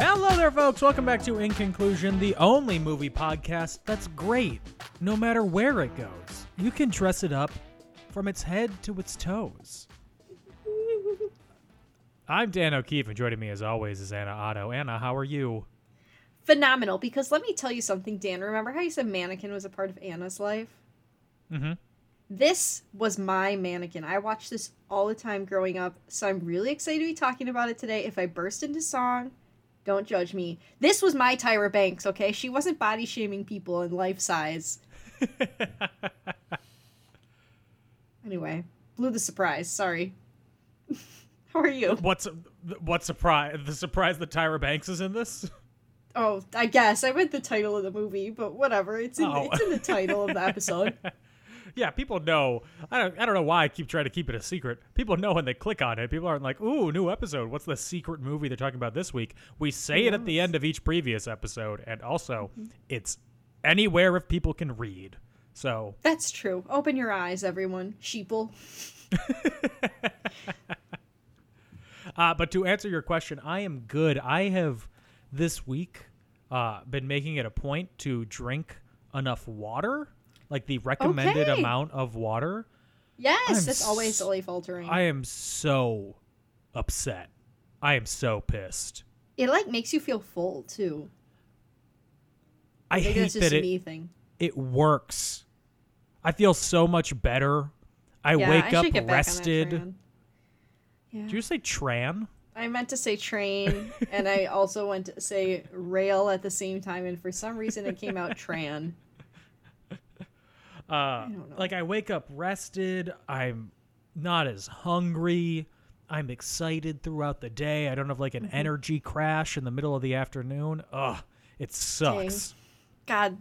Hello there, folks. Welcome back to In Conclusion, the only movie podcast that's great no matter where it goes. You can dress it up from its head to its toes. I'm Dan O'Keefe, and joining me as always is Anna Otto. Anna, how are you? phenomenal because let me tell you something dan remember how you said mannequin was a part of anna's life Mhm. this was my mannequin i watched this all the time growing up so i'm really excited to be talking about it today if i burst into song don't judge me this was my tyra banks okay she wasn't body shaming people in life size anyway blew the surprise sorry how are you What's what surprise? The surprise that Tyra Banks is in this? Oh, I guess I read the title of the movie, but whatever. It's in, Oh. it's in the title of the episode. Yeah, people know. I don't. I don't know why I keep trying to keep it a secret. People know when they click on it. People aren't like, "Ooh, new episode. What's the secret movie they're talking about this week?" We say it at the end of each previous episode, and also, it's anywhere if people can read. So That's true. Open your eyes, everyone. Sheeple. Uh, but to answer your question, I am good. I have this week uh, been making it a point to drink enough water, like the recommended Okay. amount of water. Yes, I'm that's always s- life altering. I am so upset. I am so pissed. It like makes you feel full too. I Maybe hate that's just that a it me thing. it works. I feel so much better. I yeah, wake I should up get back on that rested. Tran. Yeah. Did you say tran? I meant to say train, and I also went to say rail at the same time, and for some reason it came out tran. Uh, like I wake up rested. I'm not as hungry. I'm excited throughout the day. I don't have like an Mm-hmm. energy crash in the middle of the afternoon. Ugh, it sucks. God,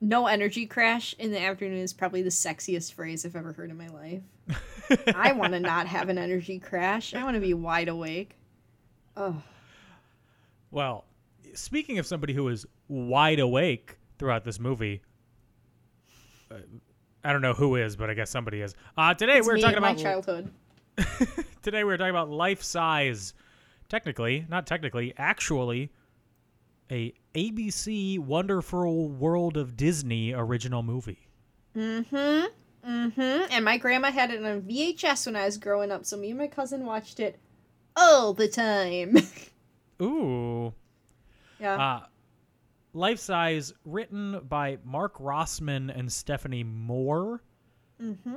no energy crash in the afternoon is probably the sexiest phrase I've ever heard in my life. I want to not have an energy crash. I want to be wide awake. Oh, Well, speaking of somebody who is wide awake throughout this movie, uh, I don't know who is, but I guess somebody is. Uh, today we're me talking and my about childhood. today we were talking about life size technically not technically actually a abc wonderful world of disney original movie Mm-hmm. And my grandma had it on VHS when I was growing up, so me and my cousin watched it all the time. ooh yeah. uh, life size written by mark rossman and stephanie moore mm-hmm.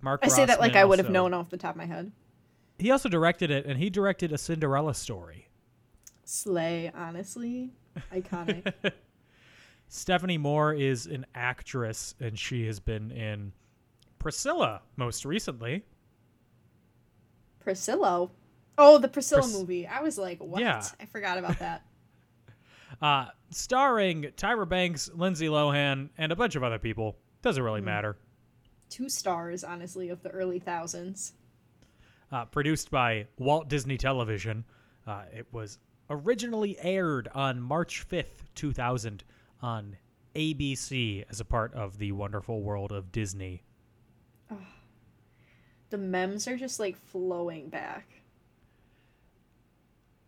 mark I say that like Rossman I would have also- known off the top of my head. he also directed it and he directed a cinderella story Slay, honestly. Iconic. stephanie moore is an actress and she has been in priscilla most recently Priscilla. Oh, the Priscilla Pris- movie. I was like, what? Yeah. I forgot about that. uh, starring Tyra Banks, Lindsay Lohan, and a bunch of other people. Doesn't really matter. Two stars, honestly, of the early thousands. Uh, produced by Walt Disney Television, uh, it was originally aired on March 5th, 2000, on ABC as a part of the wonderful world of Disney. The memes are just like flowing back.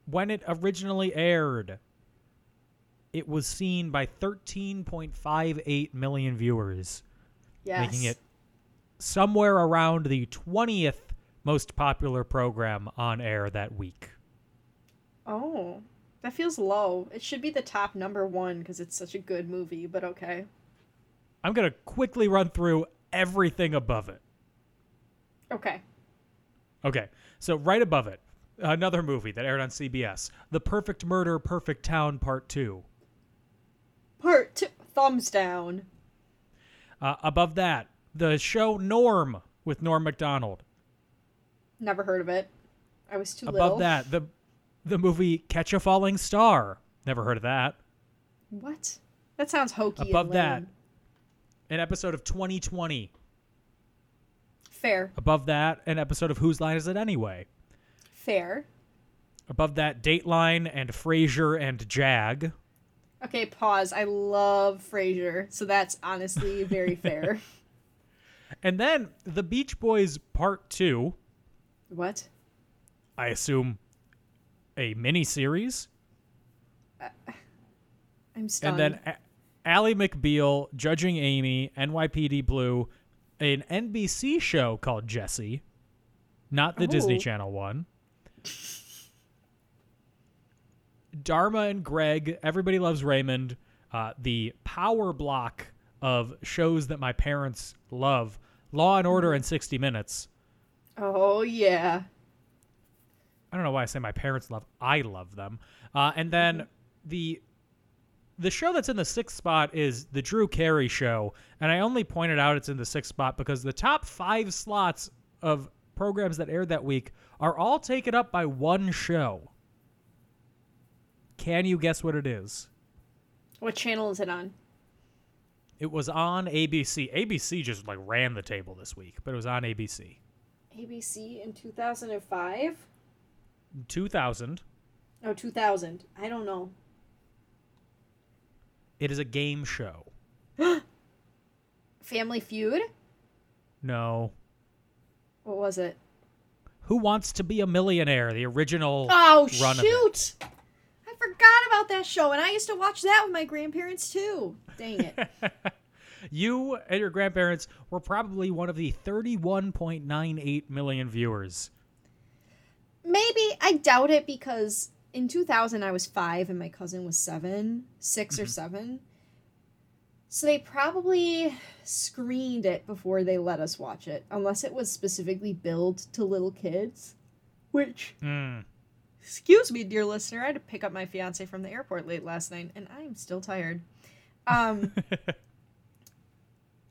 When it originally aired, it was seen by 13.58 million viewers. Yes. making it somewhere around the 20th most popular program on air that week. Oh, that feels low. It should be the top number one because it's such a good movie, but okay. I'm going to quickly run through everything above it. Okay. Okay, so right above it, another movie that aired on CBS The Perfect Murder, Perfect Town Part 2. Part two. Thumbs down. Uh, above that, the show Norm with Norm MacDonald. Never heard of it. I was too little. Above that, the the movie Catch a Falling Star. Never heard of that. What? That sounds hokey. and Above that, lame. an episode of 2020. Fair. Above that, an episode of Whose Line Is It Anyway? Fair. Above that, Dateline and Frasier and Jag. Okay, pause. I love Frasier, so that's honestly very fair. And then The Beach Boys Part 2, what? I assume a mini series. I'm stunned. And then A- Ally McBeal, Judging Amy, NYPD Blue, an NBC show called Jesse, not the Disney Oh. Channel one. Dharma and Greg, Everybody Loves Raymond, uh, the power block of shows that my parents love Law and Order and 60 Minutes. oh yeah. I don't know why I say my parents love. I love them. Uh, and then the the show that's in the sixth spot is the Drew Carey show, and I only pointed out it's in the sixth spot because the top five slots of programs that aired that week are all taken up by one show. Can you guess what it is? What channel is it on? It was on ABC. ABC just like ran the table this week, but it was on ABC. ABC in 2005? 2000. No, 2000. Oh, I don't know. It is a game show. Family Feud? No. What was it? Who Wants to Be a Millionaire, the original Oh run of it. shoot! I forgot about that show, and I used to watch that with my grandparents too. Dang it! You and your grandparents were probably one of the 31.98 million viewers. Maybe I doubt it because in 2000 I was five and my cousin was seven, six Mm-hmm. or seven. So they probably screened it before they let us watch it, unless it was specifically billed to little kids. Which, Mm. excuse me, dear listener, I had to pick up my fiance from the airport late last night, and I am still tired. Um,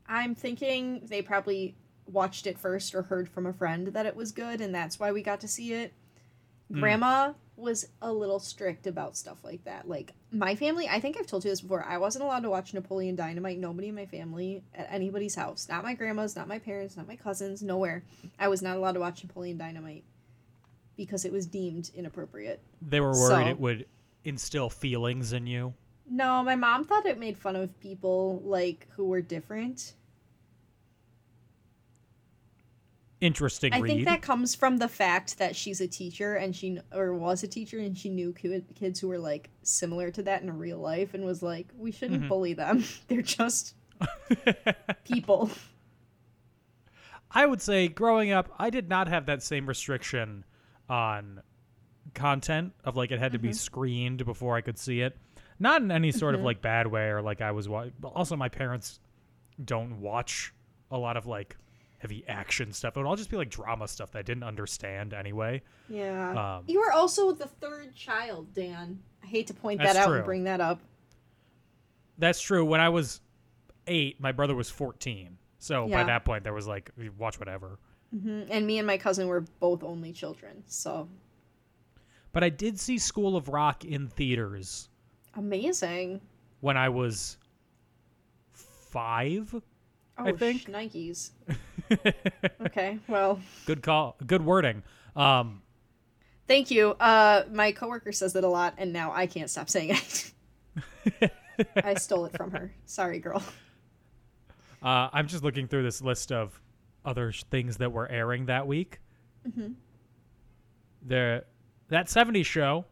I'm thinking they probably watched it first or heard from a friend that it was good, and that's why we got to see it. Grandma was a little strict about stuff like that. Like, my family, I think I've told you this before, I wasn't allowed to watch Napoleon Dynamite, nobody in my family, at anybody's house. Not my grandma's, not my parents, not my cousins, nowhere. I was not allowed to watch Napoleon Dynamite because it was deemed inappropriate. They were worried So- it would instill feelings in you. No, my mom thought it made fun of people like who were different. Interesting I read. think that comes from the fact that she's a teacher and she kn- or was a teacher and she knew ki- kids who were like similar to that in real life and was like, we shouldn't Mm-hmm. bully them. They're just people. I would say growing up, I did not have that same restriction on content of like it had to be screened before I could see it. Not in any sort of like bad way or like I was wa- but also my parents don't watch a lot of like heavy action stuff. It would all just be like drama stuff that I didn't understand anyway. Yeah. Um, you were also the third child, Dan. I hate to point that That's out true. and bring that up. That's true. When I was 8, my brother was 14. So by Yeah. that point there was like watch whatever. Mm, And me and my cousin were both only children. So But I did see School of Rock in theaters. amazing. when I was five. Oh, I think- Nikes. okay, well. Good call. Good wording. Um, Thank you. Uh, my coworker says that a lot, and now I can't stop saying it. I stole it from her. Sorry, girl. uh, I'm just looking through this list of other sh- things that were airing that week. Mm-hmm. There, that '70s show,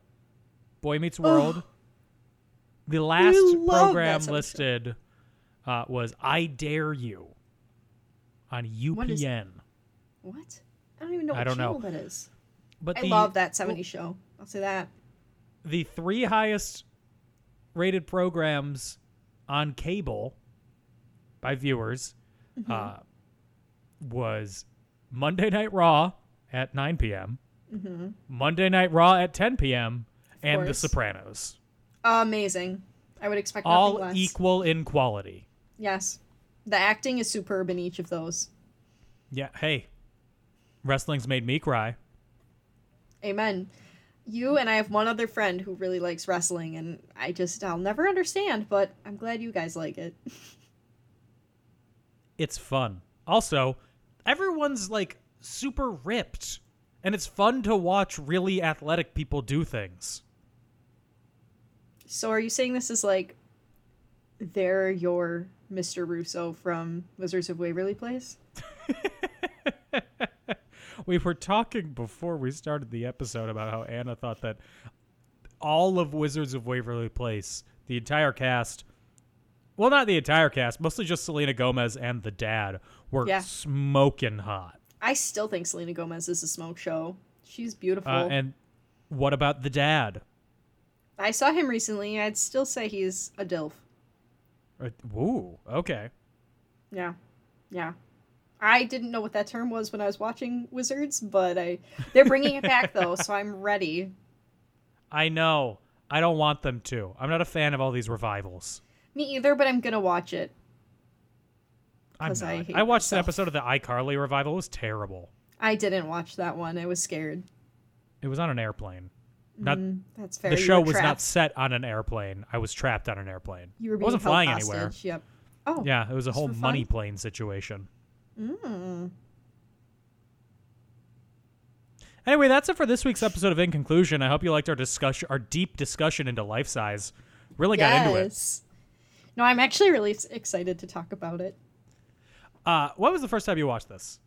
Boy Meets World. the last love that program 70s show. listed uh, was "I Dare You" on UPN. is- What? I don't even know what I don't know. channel that is. But I the- love that 70s show. I'll say that. the three highest rated programs on cable by viewers uh, was Monday Night Raw at 9 p.m., Monday Night Raw at 10 p.m., and The course. Sopranos. Amazing. I would expect nothing All less. equal in quality. Yes. The acting is superb in each of those. Yeah. Hey, wrestling's made me cry. Amen. you and I have one other friend who really likes wrestling, and I just I'll never understand, but I'm glad you guys like it. It's fun. Also, everyone's like super ripped, and it's fun to watch really athletic people do things. So are you saying this is like they're your Mr. Russo from Wizards of Waverly Place? we were talking before we started the episode about how Anna thought that all of Wizards of Waverly Place, the entire cast, well, not the entire cast, mostly just Selena Gomez and the dad, were Yeah. smoking hot. I still think Selena Gomez is a smoke show. She's beautiful. Uh, and what about the dad? I saw him recently. I'd still say he's a DILF. Uh, Ooh, okay. Yeah. Yeah. I didn't know what that term was when I was watching Wizards, but I they're bringing it back though, so I'm ready. I know. I don't want them to. I'm not a fan of all these revivals. Me either, but I'm going to watch it. I'm 'Cause not. I I, hate watched an myself. episode of the iCarly revival. It was terrible. I didn't watch that one. I was scared. Mm, It was on an airplane. Not That's fair. the you show were was not trapped. set on an airplane. I was trapped on an airplane. You were I being wasn't held flying hostage. anywhere. Yep. Oh. Yeah, it was a Just whole for fun? money plane situation. Mm. Anyway, that's it for this week's episode of In Conclusion. I hope you liked our discussion, our deep discussion into life size. Really got into it. Yes. No, I'm actually really s- excited to talk about it. Uh, when was the first time you watched this?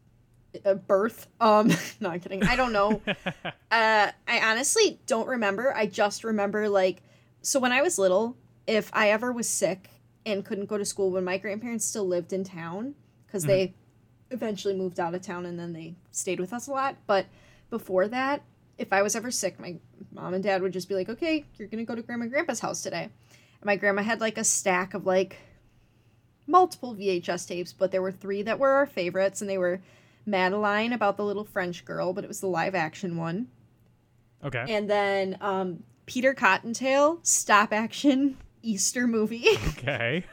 uh, birth. Um, no, I'm kidding. I don't know. uh, I honestly don't remember. I just remember like, so when I was little, if I ever was sick and couldn't go to school, when my grandparents still lived in town, because they eventually moved out of town and then they stayed with us a lot. But before that, if I was ever sick, my mom and dad would just be like, "Okay, you're gonna go to grandma and grandpa's house today." And my grandma had like a stack of like multiple VHS tapes, but there were three that were our favorites, and they were Madeline about the little French girl, but it was the live action one. Okay. And then um, Peter Cottontail, stop action Easter movie. okay.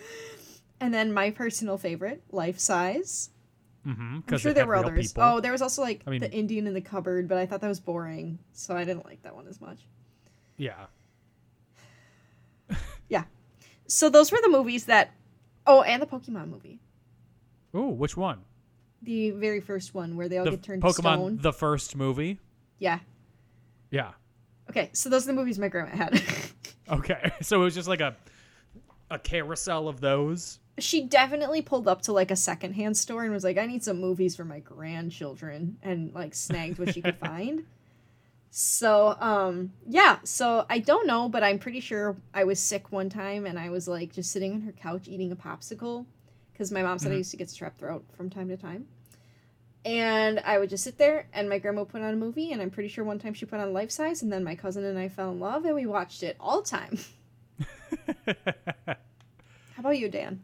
and then my personal favorite, Life Size. Mm-hmm. I'm Because sure there were others. People. Oh, there was also like I mean- The Indian in the Cupboard, but I thought that was boring, so I didn't like that one as much. yeah. So those were the movies that. Oh, and the Pokemon movie. Ooh, which one? The very first one where they all The get Oh, turned Pokemon, to stone. the first movie. yeah. Yeah. Okay, so those are the movies my grandma had. Okay. So it was just like a a carousel of those. she definitely pulled up to like a secondhand store and was like, I need some movies for my grandchildren and like snagged what she could find. So, um, yeah, so I don't know, but I'm pretty sure I was sick one time and I was like just sitting on her couch eating a popsicle because my mom said I used to get strep throat from time to time. And I would just sit there and my grandma put on a movie and I'm pretty sure one time she put on life size and then my cousin and I fell in love and we watched it all the time. How about you, Dan?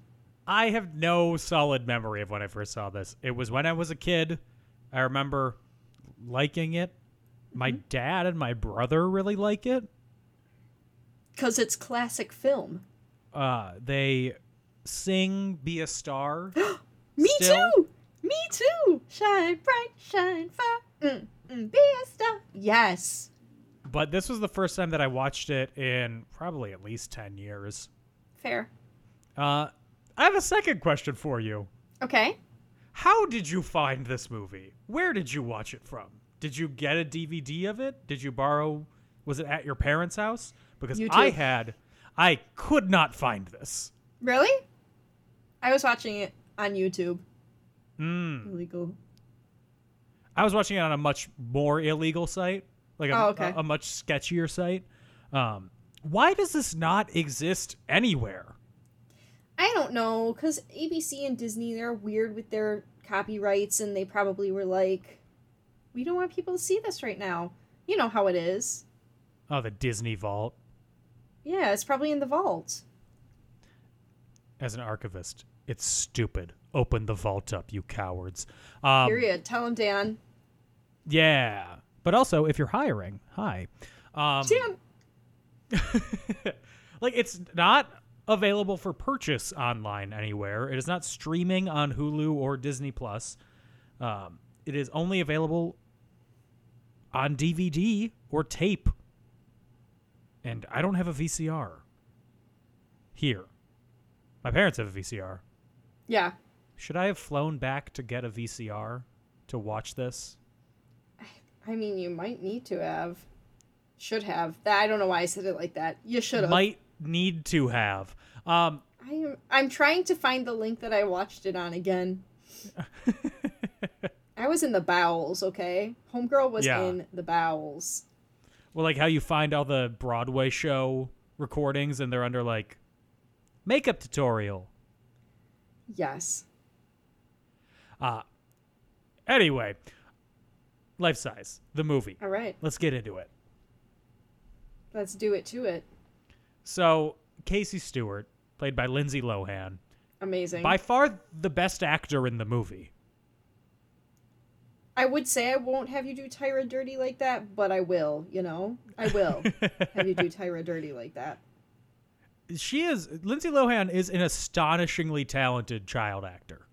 I have no solid memory of when I first saw this. It was when I was a kid. I remember liking it. My Mm-hmm. dad and my brother really like it. Because it's classic film. Uh, they sing "Be a Star." Me Still? too. Me too. Shine bright, shine far. Mm, mm, be a star. Yes. but this was the first time that I watched it in probably at least ten years. Fair. Uh, I have a second question for you. Okay. How did you find this movie? Where did you watch it from? Did you get a DVD of it? Did you borrow? Was it at your parents' house? Because YouTube. I had, I could not find this. Really? I was watching it on YouTube. Illegal. Mm. I was watching it on a much more illegal site, like a, Oh, okay. a, a much sketchier site. Um, why does this not exist anywhere? I don't know, because ABC and Disney, they're weird with their copyrights, and they probably were like, we don't want people to see this right now. You know how it is. Oh, the Disney Vault Yeah, it's probably in the vault. as an archivist. It's stupid. Open the vault up, you cowards. Um, Period. Tell him, Dan. yeah. But also, if you're hiring, hi. Um, Dan. like it's not available for purchase online anywhere. It is not streaming on Hulu or Disney Plus. Um, it is only available on DVD or tape. And I don't have a VCR here. My parents have a VCR. Yeah. Should I have flown back to get a VCR to watch this? I mean, you might need to have. Should have. That I don't know why I said it like that. You should have. Might need to have. Um, I am I'm trying to find the link that I watched it on again. I was in the bowels, okay? Homegirl was Yeah. in the bowels. well, like how you find all the Broadway show recordings and they're under like makeup tutorial. Yes. Uh, Anyway, Life Size, the movie. All right. Let's get into it. Let's do it to it. So, Casey Stewart, played by Lindsay Lohan, Amazing. by far the best actor in the movie. I would say I won't have you do Tyra dirty like that, but I will, you know? I will have you do Tyra dirty like that. She is Lindsay Lohan is an astonishingly talented child actor.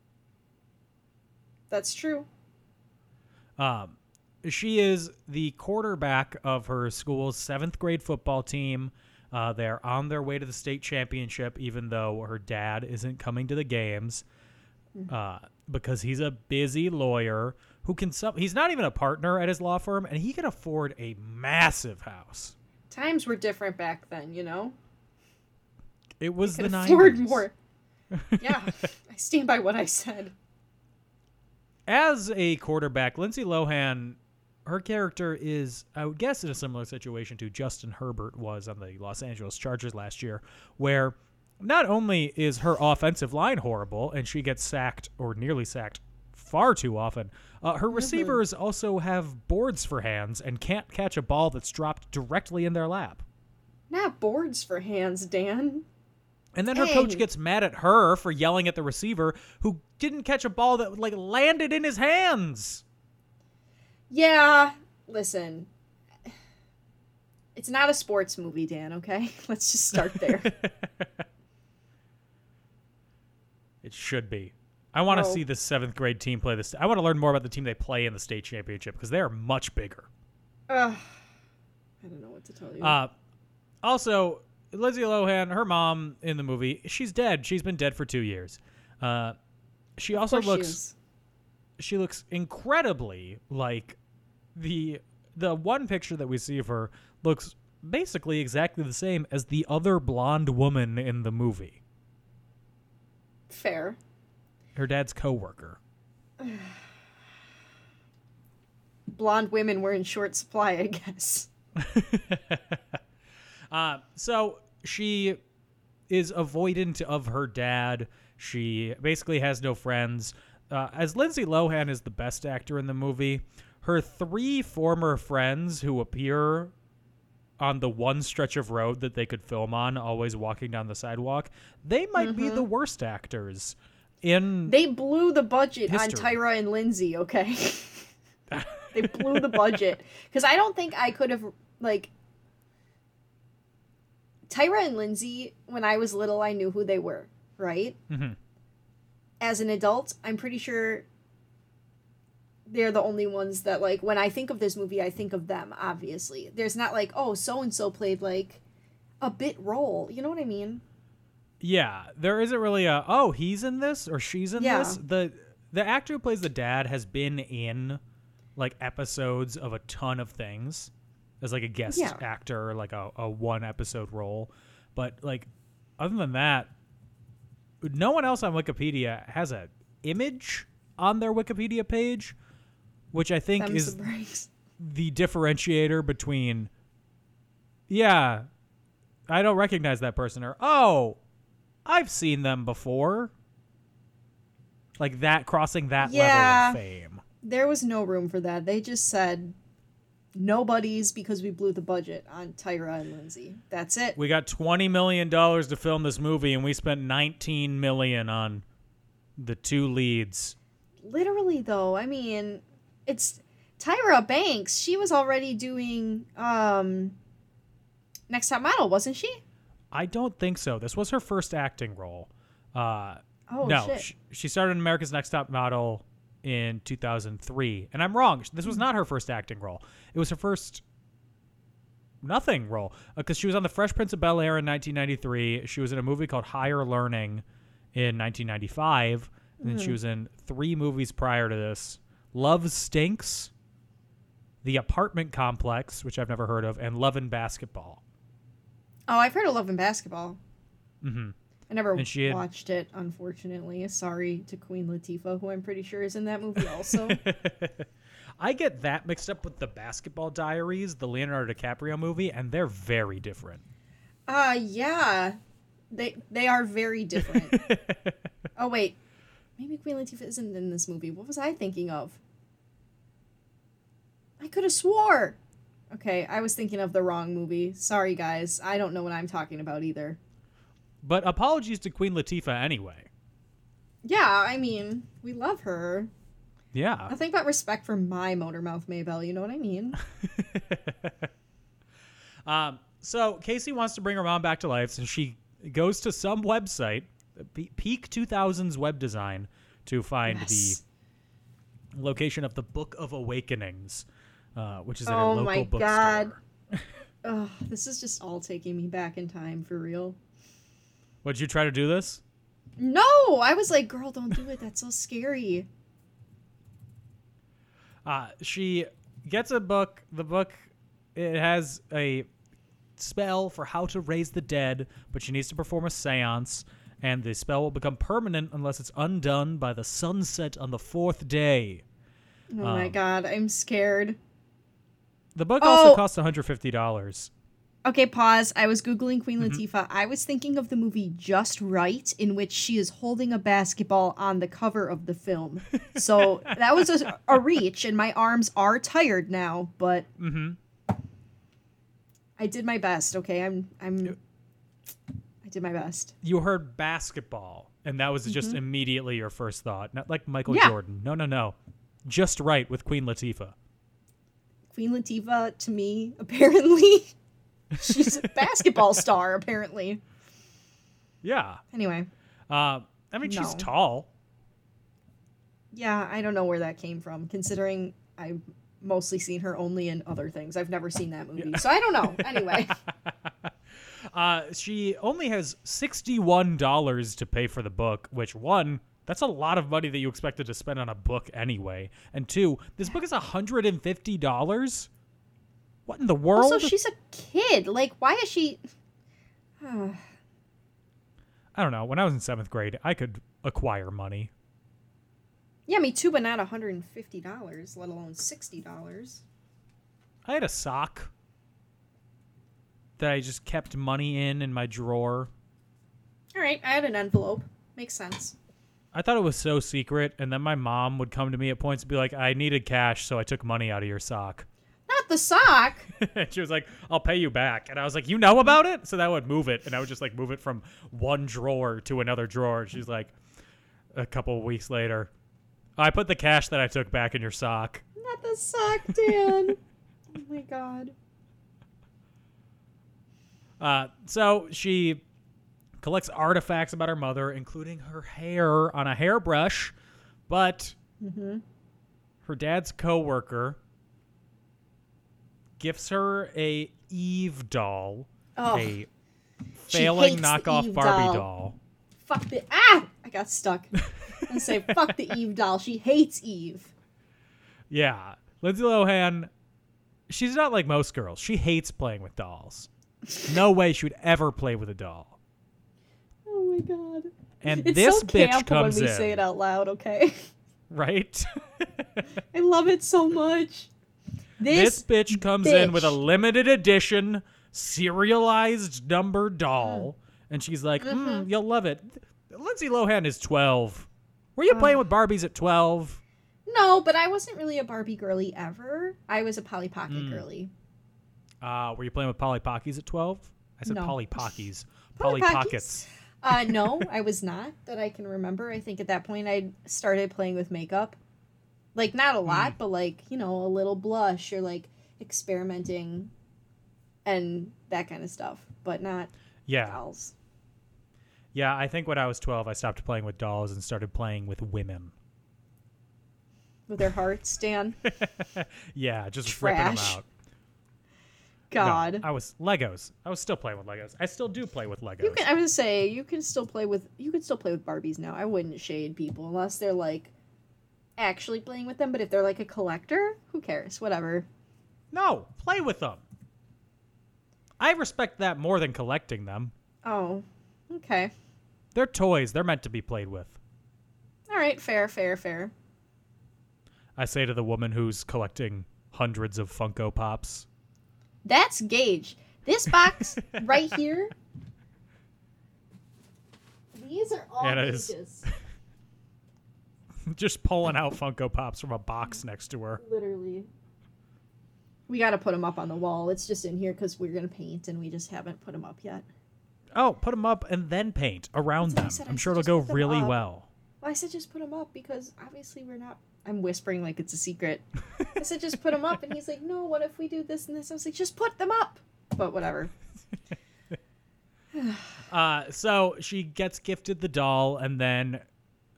That's true. Um, she is the quarterback of her school's seventh grade football team. Uh, they're on their way to the state championship, even though her dad isn't coming to the games Mm-hmm. uh, because he's a busy lawyer who can. Some, he's not even a partner at his law firm, and he can afford a massive house. Times were different back then, you know? It was Could the afford 90s. more. Yeah. I stand by what I said. as a quarterback, Lindsay Lohan, her character is, I would guess, in a similar situation to Justin Herbert was on the Los Angeles Chargers last year, where not only is her offensive line horrible and she gets sacked or nearly sacked far too often, uh, her receivers also have boards for hands and can't catch a ball that's dropped directly in their lap. Not boards for hands, Dan. And then her coach Hey. gets mad at her for yelling at the receiver who didn't catch a ball that like landed in his hands. Yeah, listen. It's not a sports movie, Dan, okay? Let's just start there. It should be. I want to No. see the seventh grade team play this. I want to learn more about the team they play in the state championship because they are much bigger. Ugh. I don't know what to tell you. Uh, also, Lindsay Lohan, her mom in the movie, she's dead. She's been dead for two years. Uh, she Of also course she looks is. she, looks incredibly like the the one picture that we see of her looks basically exactly the same as the other blonde woman in the movie, fair. her dad's coworker. Blonde women were in short supply, I guess. Uh, so she is avoidant of her dad. She basically has no friends. Uh, as Lindsay Lohan is the best actor in the movie, her three former friends who appear on the one stretch of road that they could film on, always walking down the sidewalk, they might be the worst actors in They blew the budget History. on Tyra and Lindsay, okay? they blew the budget. Because I don't think I could have, like. Tyra and Lindsay, when I was little, I knew who they were, right? Mhm. As an adult, I'm pretty sure they're the only ones that, like, when I think of this movie, I think of them, obviously. There's not, like, oh, so and so played, like, a bit role. You know what I mean? Yeah, there isn't really a oh he's in this or she's in Yeah. this. The the actor who plays the dad has been in like episodes of a ton of things as like a guest Yeah. actor, like a, a one episode role. But like other than that, no one else on Wikipedia has a image on their Wikipedia page, which I think Them is surprised. the differentiator between yeah i don't recognize that person or oh i've seen them before like that crossing that level Yeah. of fame there was no room for that. They just said nobody's because we blew the budget on Tyra and Lindsay. That's it. we got 20 million dollars to film this movie and we spent 19 million on the two leads Literally though, I mean, it's Tyra Banks. She was already doing um Next Top Model, wasn't she? i don't think so this was her first acting role uh Oh no shit. sh- she started in america's next top model in 2003, and I'm wrong. This Hmm. was not her first acting role. It was her first nothing role because she was on The Fresh Prince of Bel Air in 1993. She was in a movie called Higher Learning in 1995, and Hmm. then she was in three movies prior to this: Love Stinks, The Apartment Complex, which I've never heard of, and Love and Basketball. Oh, I've heard of Love and Basketball. Mm-hmm. I never And she had- watched it, unfortunately. Sorry to Queen Latifah, who I'm pretty sure is in that movie also. I get that mixed up with the Basketball Diaries, the Leonardo DiCaprio movie, and they're very different. uh yeah. They they are very different. oh wait. Maybe Queen Latifah isn't in this movie. What was I thinking of? I could have swore. Okay, I was thinking of the wrong movie. Sorry guys. I don't know what I'm talking about either. But apologies to Queen Latifah anyway. Yeah, I mean, we love her. Yeah. Nothing but respect for my motormouth Maybell, you know what I mean? Um, so Casey wants to bring her mom back to life, so she goes to some website, Pe- Peak 2000s web design, to find Yes. the location of the Book of Awakenings, uh, which is at Oh a local my bookstore. God. Ugh, this is just all taking me back in time for real. Would you try to do this? No, I was like, girl, don't do it. That's so scary. Uh, she gets a book. The book it has a spell for how to raise the dead, but she needs to perform a séance, and the spell will become permanent unless it's undone by the sunset on the fourth day. Oh my god, I'm scared. The book Oh. also costs one hundred fifty dollars. Okay, pause. I was googling Queen Latifah. I was thinking of the movie Just Right, in which she is holding a basketball on the cover of the film. So that was a, a reach, and my arms are tired now. But I did my best. Okay, I'm I'm I did my best. You heard basketball, and that was just immediately your first thought, not like Michael Mm-hmm. Yeah. Jordan. No, no, no, just right with Queen Latifah. Queen Latifah to me apparently she's a basketball star apparently. Yeah, Anyway, uh, I mean she's No. tall. yeah, I don't know where that came from considering I've mostly seen her only in other things. I've never seen that movie. So I don't know. Anyway, Uh, she only has $61 to pay for the book, which one, that's a lot of money that you expected to spend on a book anyway. And two, this book is $150? What in the world? also she's a kid. Like why is she I don't know. When I was in seventh grade, I could acquire money. Yeah, me too, but not $150, let alone $60. I had a sock that I just kept money in in my drawer. All right, I had an envelope. Makes sense. I thought it was so secret, and then my mom would come to me at points and be like, I needed cash, so I took money out of your sock. Not the sock. and she was like, "I'll pay you back," and I was like, "You know about it?" So that would move it, and I would just like move it from one drawer to another drawer. And she's like, a couple weeks later, I put the cash that I took back in your sock. Not the sock, Dan. oh my god. Uh, so she collects artifacts about her mother, including her hair on a hairbrush, but Mm-hmm. her dad's coworker gives her a Eve doll, Oh. a She failing hates the knockoff Eve Barbie doll. doll. fuck the ah i got stuck and say fuck the eve doll she hates eve Yeah. Lindsay Lohan, she's not like most girls. She hates playing with dolls. No way she would ever play with a doll. oh my god And it's this so bitch camp comes when we in, say it out loud okay right? i love it so much this this, bitch comes in with a bitch. limited edition serialized number doll, and she's like, mm, Mm-hmm. "You'll love it." Lindsay Lohan is 12. Were you Mm. playing with Barbies at 12? no but i wasn't really a barbie girly ever i was a polly pocket Hmm. girly Uh, were you playing with Polly Pockies at 12? I said No. Polly Pockies. Polly Polly Pockets. uh no i was not that i can remember i think at that point i started playing with makeup like not Hmm. a lot but like you know a little blush or like experimenting and that kind of stuff but not Yeah. dolls Yeah, I think when I was 12, I stopped playing with dolls and started playing with women. with their hearts, Dan. Yeah, just ripping 'em Trash. out. No, God. I was Legos. I was still playing with Legos. I still do play with Legos. You can. I would say you can still play with you can still play with Barbies now. I wouldn't shade people unless they're like actually playing with them. But if they're like a collector, who cares? Whatever. No, play with them. I respect that more than collecting them. Oh, okay. They're toys. They're meant to be played with. All right. Fair. Fair. Fair. I say to the woman who's collecting hundreds of Funko Pops. That's Gage. This box right here. These are all And it is- Gage's. Just pulling out Funko Pops from a box next to her. Literally. We got to put them up on the wall. It's just in here because we're going to paint and we just haven't put them up yet. Oh, put them up and then paint around That's what I them. said, I I'm said sure it'll just go put them really up. well. Well, I said just put them up because obviously we're not. I'm whispering like it's a secret. I said just put them up. And he's like, no, what if we do this and this? I was like, just put them up. But whatever. Uh, so she gets gifted the doll, and then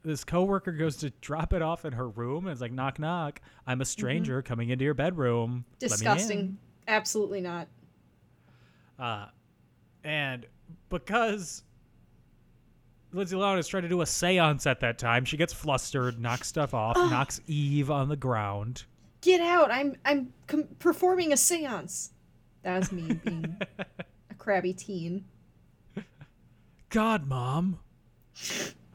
this coworker goes to drop it off in her room, and it's like, knock, knock. I'm a stranger coming into your bedroom. Let me in." Mm-hmm. Disgusting. Absolutely not. Uh, and because Lindsay Lohan is trying to do a seance at that time, she gets flustered, knocks stuff off, knocks Eve on the ground. Get out. I'm I'm com- performing a séance. That was me being a crabby teen. God, mom.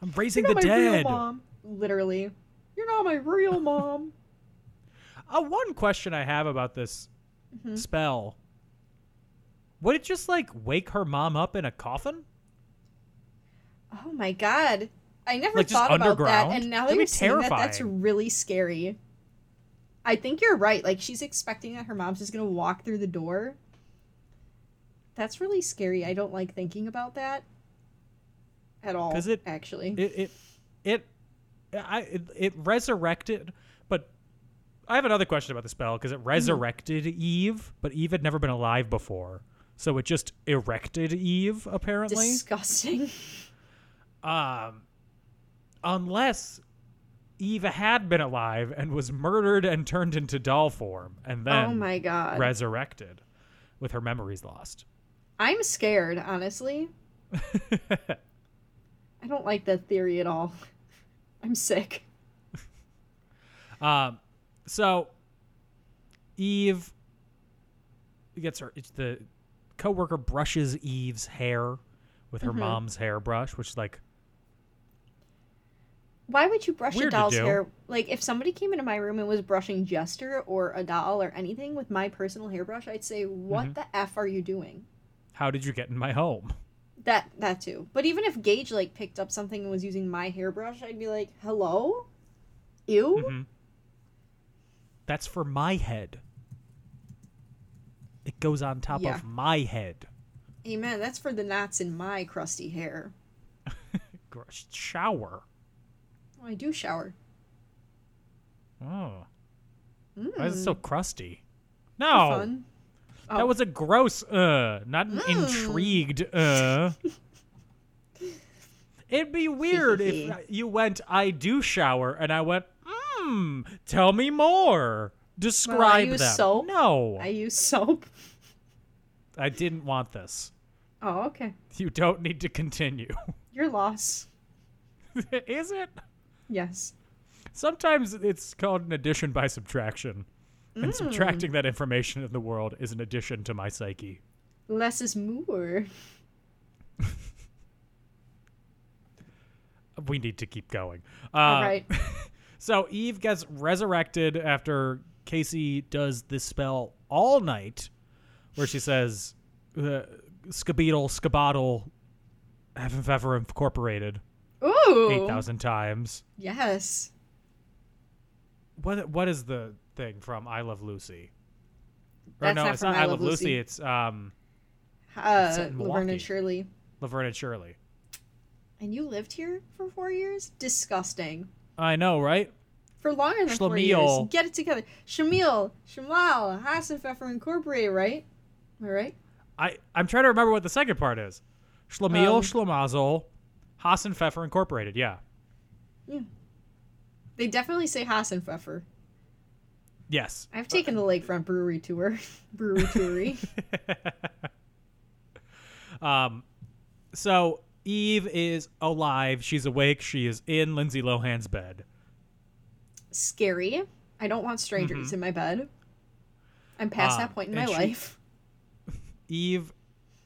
I'm raising You're the not my real dead. mom. Literally. You're not my real mom. Uh, one question I have about this Mm-hmm. spell would it just like wake her mom up in a coffin? oh my god. I never Like, just thought about that. underground? And now that That'd be you're saying that, that's terrifying. really scary. I think you're right. Like she's expecting that her mom's just gonna walk through the door. That's really scary. I don't like thinking about that at all. 'Cause it- actually It it it I it, it resurrected, but I have another question about the spell because it Mm-hmm. resurrected Eve, but Eve had never been alive before, so it just erected Eve apparently. disgusting. um, unless Eve had been alive and was murdered and turned into doll form, and then oh my god. resurrected with her memories lost. I'm scared, honestly. I don't like that theory at all. I'm sick. Um, so Eve gets her. It's the coworker brushes Eve's hair with Mm-hmm. her mom's hairbrush, which is like Why would you brush Weird a to doll's do. hair? Like, if somebody came into my room and was brushing Jester or a doll or anything with my personal hairbrush, I'd say, Mm-hmm. "What the f are you doing?" "How did you get in my home?" That that too. But even if Gage like picked up something and was using my hairbrush, I'd be like, "Hello, ew." Mm-hmm. That's for my head. It goes on top Yeah. of my head. Amen. That's for the knots in my crusty hair. Gross. Shower. Oh, I do shower. Oh, why is it so crusty? No, Mm. Fun. that was a gross. Uh, not an Mm. intrigued. Uh. It'd be weird if you went. I do shower, and I went. Hmm. Tell me more. Describe use them. soap. No, I I... use soap. didn't want this. Oh, okay. You don't need to continue. Your loss. Is it? Yes. Sometimes it's called an addition by subtraction, Mm. and subtracting that information in the world is an addition to my psyche. Less is more. We need to keep going. Uh, All right. So Eve gets resurrected after Casey does this spell all night, where she says, uh, "Skabeedle, skaboddle, ever incorporated Ooh. eight thousand times." Yes. What what is the thing from I Love Lucy? Or That's no, not it's from not I Love Lucy. It's um, Uh, set in Laverne Milwaukee. and Shirley. Laverne and Shirley. And you lived here for four years? Disgusting. I know, right? For longer than four Schlemiel. years. Get it together. Shamil, Shamal, Hassenpfeffer Incorporated, right? Am I right? I I'm trying to remember what the second part is. Schlemiel, Um, Schlemazel, Hasenpfeffer Incorporated. Yeah. Yeah. They definitely say Hassenpfeffer. Yes. I've taken the Lakefront Brewery tour. brewery toury. Um, so Eve is alive. She's awake. She is in Lindsay Lohan's bed. Scary. I don't want strangers in my bed. I'm past Um, that point in my Mm-hmm. and she- life. Eve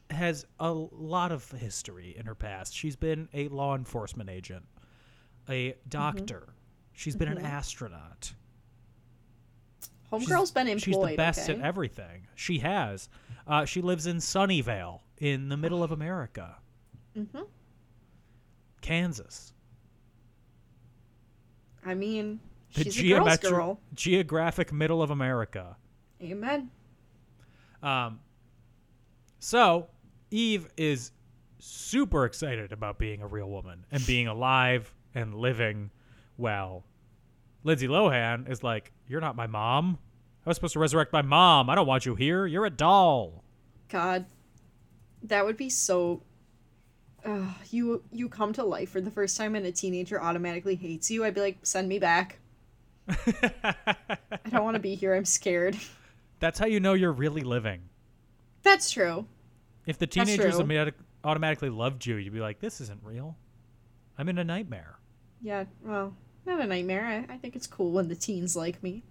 has a lot of history in her past. She's been a law enforcement agent, a doctor. She's been Mm-hmm. an astronaut. She's- Homegirl's been employed. She's the best okay? at everything. She has. Uh, she lives in Sunnyvale, in the middle of America, Mhm. Kansas. I mean, The she's a geometri- girl's girl. geographic middle of America. Amen. Um, so Eve is super excited about being a real woman and being alive and living well. Lindsay Lohan is like, You're not my mom. I was supposed to resurrect my mom. I don't want you here. You're a doll. God, that would be so. Ugh, you you come to life for the first time and a teenager automatically hates you. I'd be like, send me back. I don't want to be here. I'm scared. That's how you know you're really living. That's true. If the That's teenagers true. automatic- automatically loved you, you'd be like, This isn't real. I'm in a nightmare. Yeah, well, not a nightmare. I, I think it's cool when the teens like me.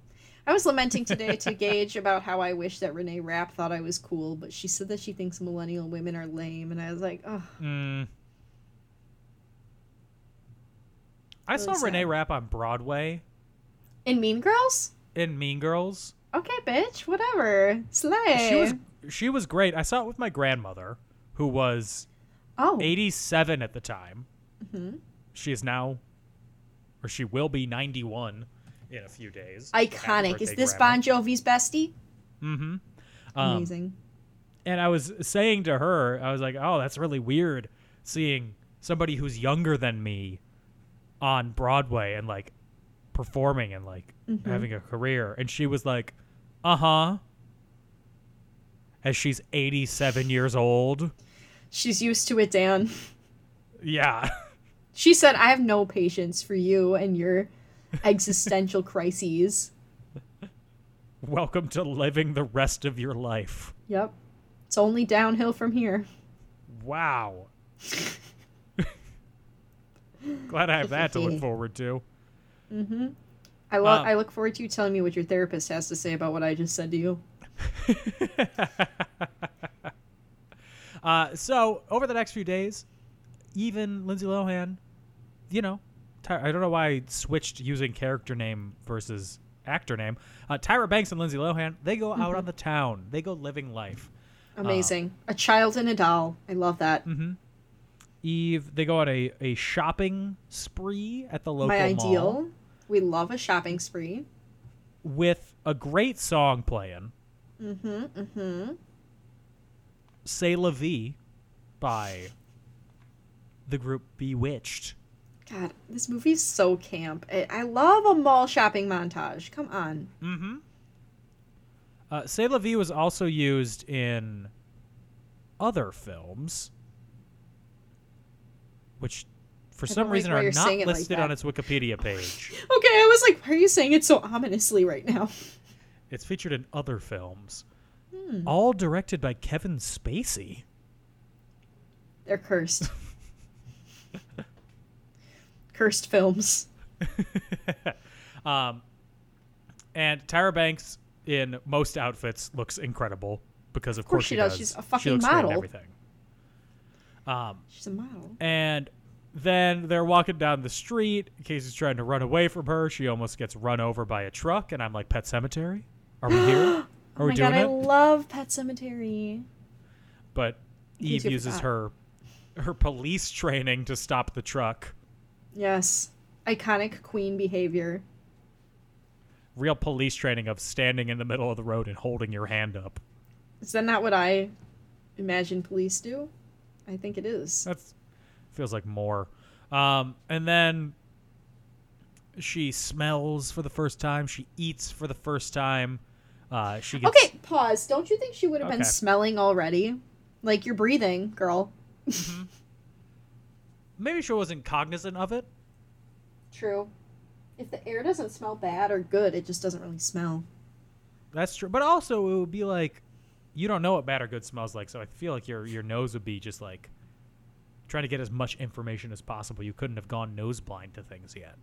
I was lamenting today to Gage about how I wish that Renee Rapp thought I was cool, but she said that she thinks millennial women are lame, and I was like, oh, Mm. I Really saw Renee sad. Rapp on Broadway in Mean Girls? in Mean Girls. Okay, bitch, whatever. Slay. She was Eh. she was great. I saw it with my grandmother, who was oh, Mm-hmm. 87 at the time. She is now, or she will be 91 in a few days. iconic. Is this Bon Jovi's bestie? Mm-hmm. Um, Amazing. and I was saying to her, I was like, "Oh, that's really weird seeing somebody who's younger than me on Broadway and like performing and like having a career." And she was like, "Uh-huh." As she's 87 years old. She's used to it, Dan. Yeah. She said, I have no patience for you and your existential crises. Welcome to living the rest of your life. Yep. It's only downhill from here. Wow. Glad I have that to look forward to. I lo- Um, I look forward to you telling me what your therapist has to say about what I just said to you. Uh, so over the next few days, even Lindsay Lohan, you know, Ty- I don't know why I switched using character name versus actor name. Uh, Tyra Banks and Lindsay Lohan, they go out Mm-hmm. on the town. They go living life. Amazing. a child and a doll. I love that. Mm-hmm. Eve, they go on a, a shopping spree at the local My ideal. mall We love a shopping spree. with a great song playing. Mm-hmm. Mm-hmm. "Say La Vie" by the group Bewitched. God, this movie's so camp. I, I love a mall shopping montage. Come on. Uh, C'est la vie was also used in other films, which for don't some like reason why are you're not saying it like listed that. on its Wikipedia page. Okay, I was like, why are you saying it so ominously right now? it's featured in other films, Hmm. all directed by Kevin Spacey. They're cursed. cursed films. And Tyra Banks, in most outfits, looks incredible because, of, course she does. She's a fucking she looks great in model. everything. She's a model. And then they're walking down the street. Casey's trying to run away from her. She almost gets run over by a truck. And I'm like, Pet Cemetery? Are we here? Are oh we my doing god, I it? love Pet Cemetery. but you Eve forgot. uses her her police training to stop the truck. Yes. Iconic queen behavior. Real police training of standing in the middle of the road and holding your hand up. Is that not what I imagine police do? I think it is. That's feels like more. Um, and then she smells for the first time. She eats for the first time. Uh, she gets Okay, pause. Don't you think she would have been Okay. smelling already? Like you're breathing, girl. maybe she wasn't cognizant of it. True. If the air doesn't smell bad or good, it just doesn't really smell. That's true. But also, it would be like you don't know what bad or good smells like, so I feel like your your nose would be just like trying to get as much information as possible. You couldn't have gone nose blind to things yet.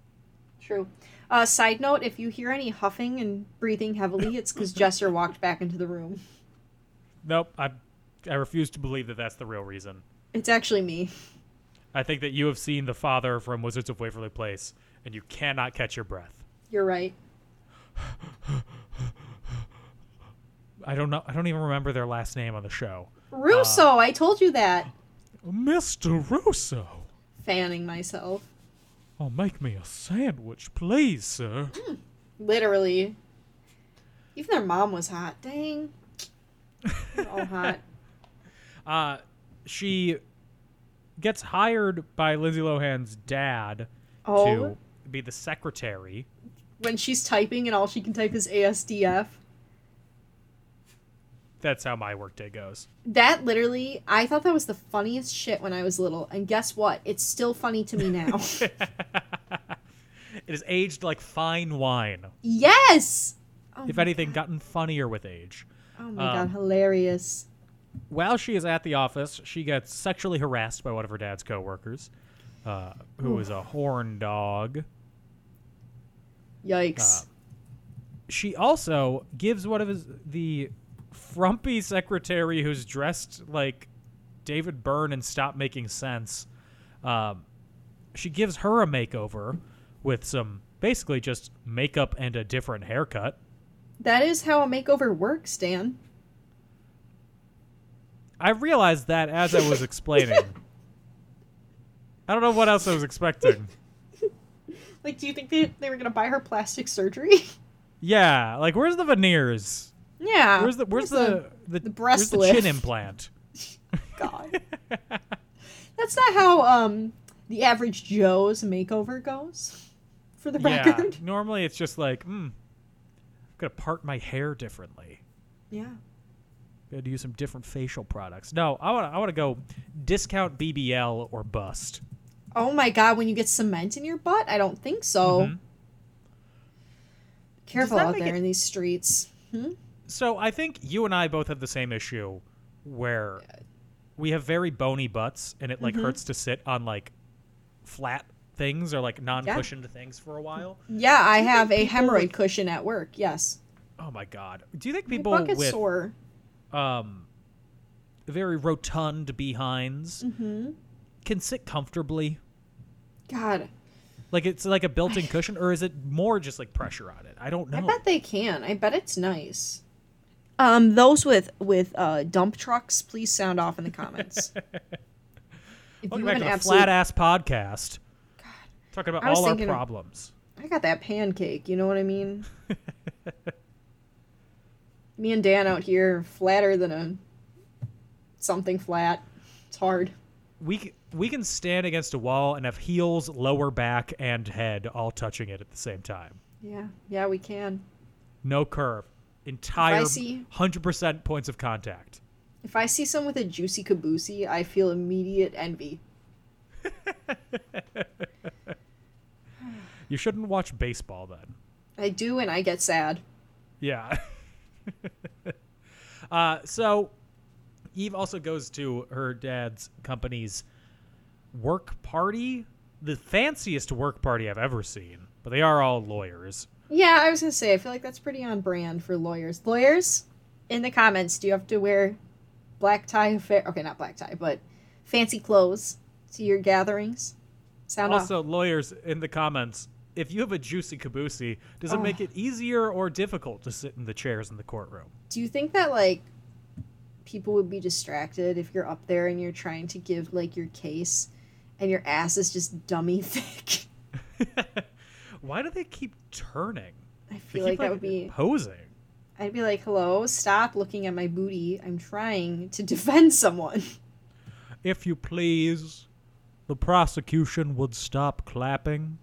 True. Uh, side note: If you hear any huffing and breathing heavily, it's because Jesser walked back into the room. Nope. I I refuse to believe that that's the real reason. It's actually me. I think that you have seen the father from Wizards of Waverly Place, and you cannot catch your breath. You're right. I don't know. I don't even remember their last name on the show. Russo, I told you that. Mr. Russo. Fanning myself. Oh, make me a sandwich, please, sir. Literally. Even their mom was hot. Dang. They're all hot. Uh, she gets hired by Lindsay Lohan's dad Oh. to be the secretary. When she's typing and all she can type is ASDF. That's how my workday goes. That literally, I thought that was the funniest shit when I was little. And guess what? It's still funny to me now. It is aged like fine wine. yes! Oh If my- anything, gotten funnier with age. oh my god, hilarious. While she is at the office, she gets sexually harassed by one of her dad's coworkers, uh, who is a horn dog. Yikes. Um, she also gives one of his the frumpy secretary who's dressed like David Byrne and Stop Making Sense. Um, she gives her a makeover with some basically just makeup and a different haircut. that is how a makeover works, Dan. I realized that as I was explaining. I don't know what else I was expecting. Like, do you think they, they were gonna buy her plastic surgery? Yeah, like where's the veneers? yeah. Where's the where's Oh, the the, Uh, the breast where's the chin lift? implant? God. That's not how um the average Joe's makeover goes. For the record. Yeah, normally it's just like, hmm, I'm gonna part my hair differently. Yeah. Gonna do some different facial products. No, I want to. I want to go discount BBL or bust. Oh my god, when you get cement in your butt? I don't think so. Mm-hmm. Careful Does that out make there it- in these streets. So I think you and I both have the same issue, where we have very bony butts, and it Mm-hmm. like hurts to sit on like flat things or like non-cushioned things for a while. Yeah, I have a hemorrhoid cushion at work. Yes. Oh my god! Do you think My people bucket's with sore. um, very rotund behinds Mm-hmm. can sit comfortably? God. Like it's like a built-in cushion, or is it more just like pressure on it? I don't know. I bet they can. I bet it's nice. Um, those with with uh, dump trucks, please sound off in the comments. if Welcome you back to have an the absolute flat ass podcast. Talking about I was all our thinking of- problems. I got that pancake, you know what I mean? Me and Dan out here flatter than a something flat. It's hard. We c- we can stand against a wall and have heels, lower back, and head all touching it at the same time. Yeah, yeah, we can. No curve. Entire see- hundred percent points of contact. If I see someone with a juicy caboosey, I feel immediate envy. You shouldn't watch baseball then. I do, and I get sad. Yeah. uh, so Eve also goes to her dad's company's work party, the fanciest work party I've ever seen, but they are all lawyers. Yeah, I was gonna say, I feel like that's pretty on brand for lawyers. Lawyers, in the comments, do you have to wear black tie affair? Okay, not black tie, but fancy clothes to your gatherings? Sound off. Also, lawyers in the comments, if you have a juicy caboosey, does it Oh. make it easier or difficult to sit in the chairs in the courtroom? do you think that like people would be distracted if you're up there and you're trying to give like your case and your ass is just dummy thick Why do they keep turning? i They feel keep, like that would be posing. i'd be like hello stop looking at my booty i'm trying to defend someone If you please, the prosecution would stop clapping.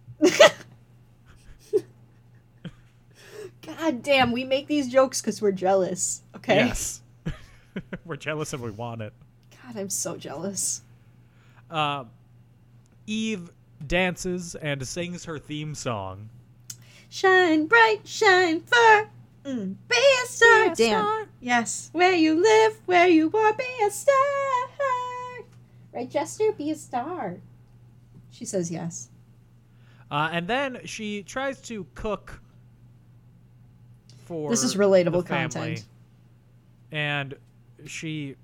god damn we make these jokes because we're jealous okay Yes. We're jealous and we want it. god i'm so jealous Uh, Eve dances and sings her theme song shine bright, shine far. Mm, be a star, a Dan. star. Yes, where you live, where you are, be a star. Right, Jester, be a star. She says yes. Uh, and then she tries to cook for This is relatable the family. content. And she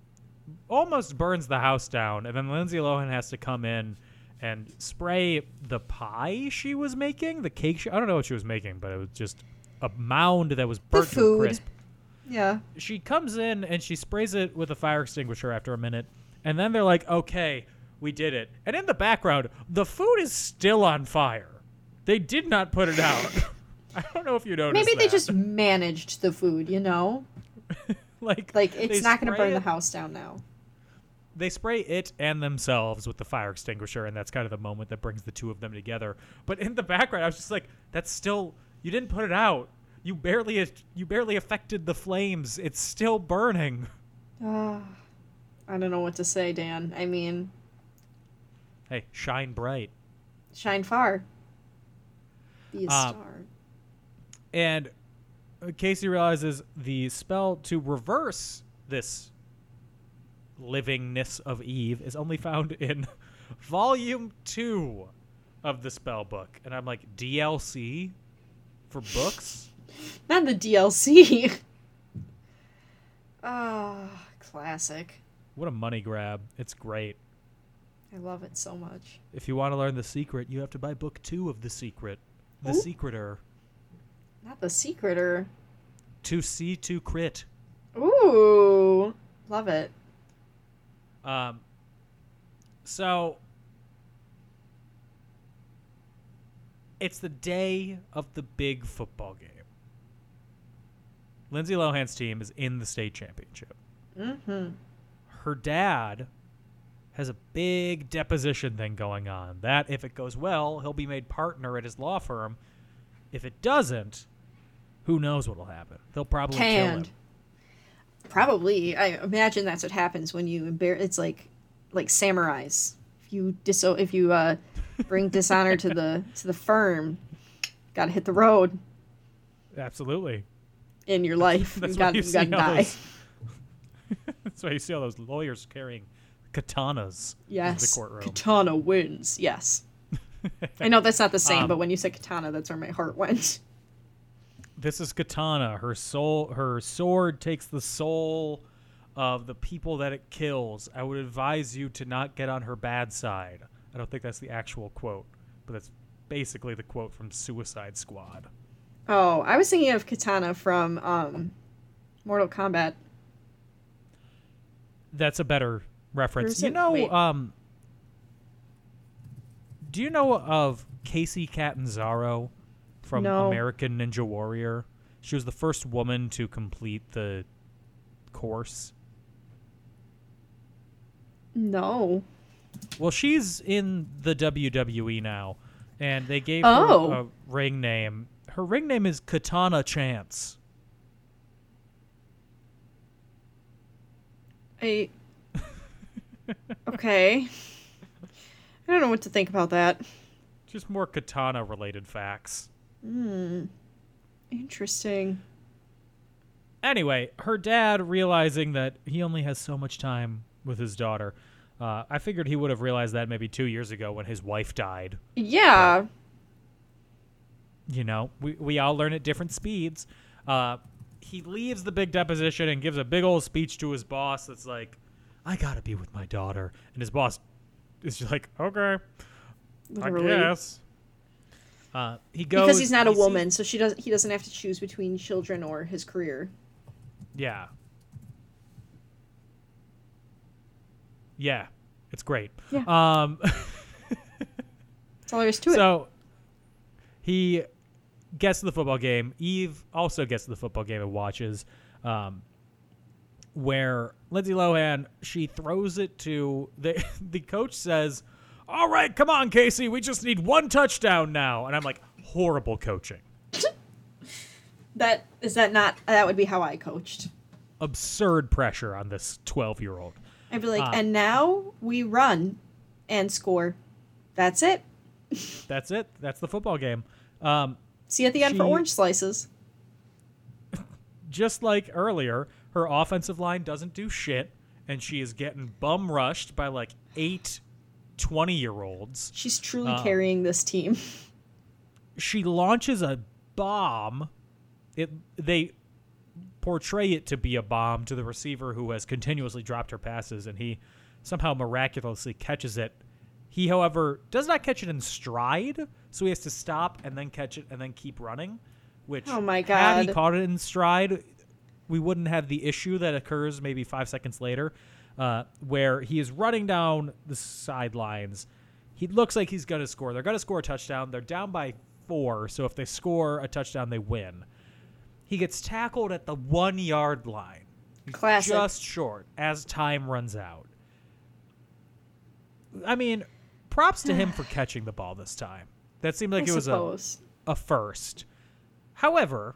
almost burns the house down, and then Lindsay Lohan has to come in and spray the pie she was making, the cake. She, I don't know what she was making, but it was just a mound that was burnt to a food. crisp. Yeah. she comes in and she sprays it with a fire extinguisher after a minute, and then they're like, "Okay, we did it." And in the background, the food is still on fire. They did not put it out. I don't know if you noticed. Maybe they that. just managed the food, you know? like Like, they it's not going to spray burn the it- house down now. They spray it and themselves with the fire extinguisher, and that's kind of the moment that brings the two of them together. But in the background, I was just like, "That's still you didn't put it out. You barely you barely affected the flames. It's still burning." Ah, I don't know what to say, Dan. I mean, Hey, shine bright. shine far. Be a Uh, star. And Casey realizes the spell to reverse this livingness of Eve is only found in volume two of the spell book. And I'm like, DLC for books? Not the DLC. Ah, classic. What a money grab. It's great. I love it so much. If you want to learn the secret, you have to buy book two of The Secret. The Ooh. Secreter. Not the secreter. To see to crit. Ooh, love it. Um, so it's the day of the big football game. Lindsay Lohan's team is in the state championship. Mm-hmm. Her dad has a big deposition thing going on. That if it goes well, he'll be made partner at his law firm. If it doesn't, who knows what'll happen? They'll probably kill Canned. him. Probably. I imagine that's what happens when you embarrass. It's like, like samurais. If you diso- if you uh, bring dishonor to the to the firm, gotta hit the road Absolutely. in your life. That's you why gotta, you you gotta see all die. those. That's why you see all those lawyers carrying katanas in the Yes. courtroom. Katana wins. Yes. I know that's not the same, Um, but when you said katana, that's where my heart went. this is katana. Her soul, her sword takes the soul of the people that it kills. I would advise you to not get on her bad side. I don't think that's the actual quote, but that's basically the quote from Suicide Squad. Oh, I was thinking of katana from um, Mortal Kombat. That's a better reference. There's you a- know, wait. um, do you know of Casey Catanzaro from No. American Ninja Warrior? She was the first woman to complete the course. No. Well, she's in the WWE now, and they gave Oh. her a ring name. Her ring name is Katana Chance. I. okay. I don't know what to think about that. Just more katana related facts. Interesting. Anyway, her dad realizing that he only has so much time with his daughter. Uh, I figured he would have realized that maybe two years ago when his wife died. Yeah. you know, we, we all learn at different speeds. Uh, he leaves the big deposition and gives a big old speech to his boss that's like, I gotta be with my daughter. And his boss is just like, okay, Literally. I guess. Uh, he goes Because he's not a he sees- woman, so she doesn't. He doesn't have to choose between children or his career. yeah. Yeah, it's great. Yeah. Um, That's all there is to it. So he gets to the football game. Eve also gets to the football game and watches, um, where Lindsay Lohan she throws it to the the coach says, "All right, come on, Casey, we just need one touchdown now." And I'm like, horrible coaching, That is that not? That would be how I coached. absurd pressure on this 12 year old. I'd be like, and now we run, and score. That's it. That's it. That's the football game. Um, See you at the end for She- orange slices. just like earlier, her offensive line doesn't do shit, and she is getting bum rushed by like eight 20 year olds. She's truly carrying this team. She launches a bomb. It they portray it to be a bomb to the receiver who has continuously dropped her passes, and he somehow miraculously catches it. He, however, does not catch it in stride, so he has to stop and then catch it and then keep running. Which, Oh my had he God. caught it in stride, we wouldn't have the issue that occurs maybe five seconds later, uh, where he is running down the sidelines. He looks like he's going to score. They're going to score a touchdown. They're down by four, so if they score a touchdown, they win. He gets tackled at the one yard line, Classic. just short, as time runs out. I mean, props to him for catching the ball this time. That seemed like I it was a, suppose. a first. However,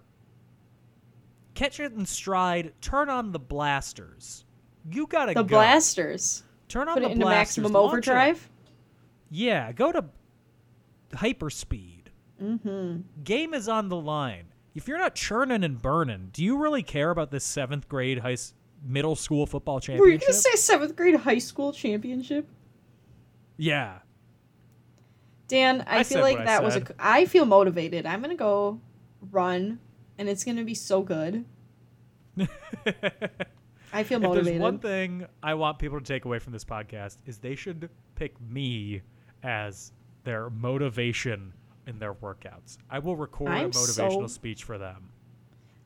catch it in stride, turn on the blasters. You gotta the go. blasters. Turn on Put the it into blasters. maximum launch it. overdrive. Yeah, go to hyperspeed. Mm-hmm. Game is on the line. If you're not churning and burning, do you really care about this seventh grade high s- middle school football Were you championship? gonna say seventh grade high school championship? yeah, Dan, I, I feel said like what I that was a. said. c- I feel motivated. I'm gonna go run, and it's gonna be so good. I feel If motivated. there's one thing I want people to take away from this podcast is they should pick me as their motivation in their workouts. I will record a I'm so- motivational speech for them.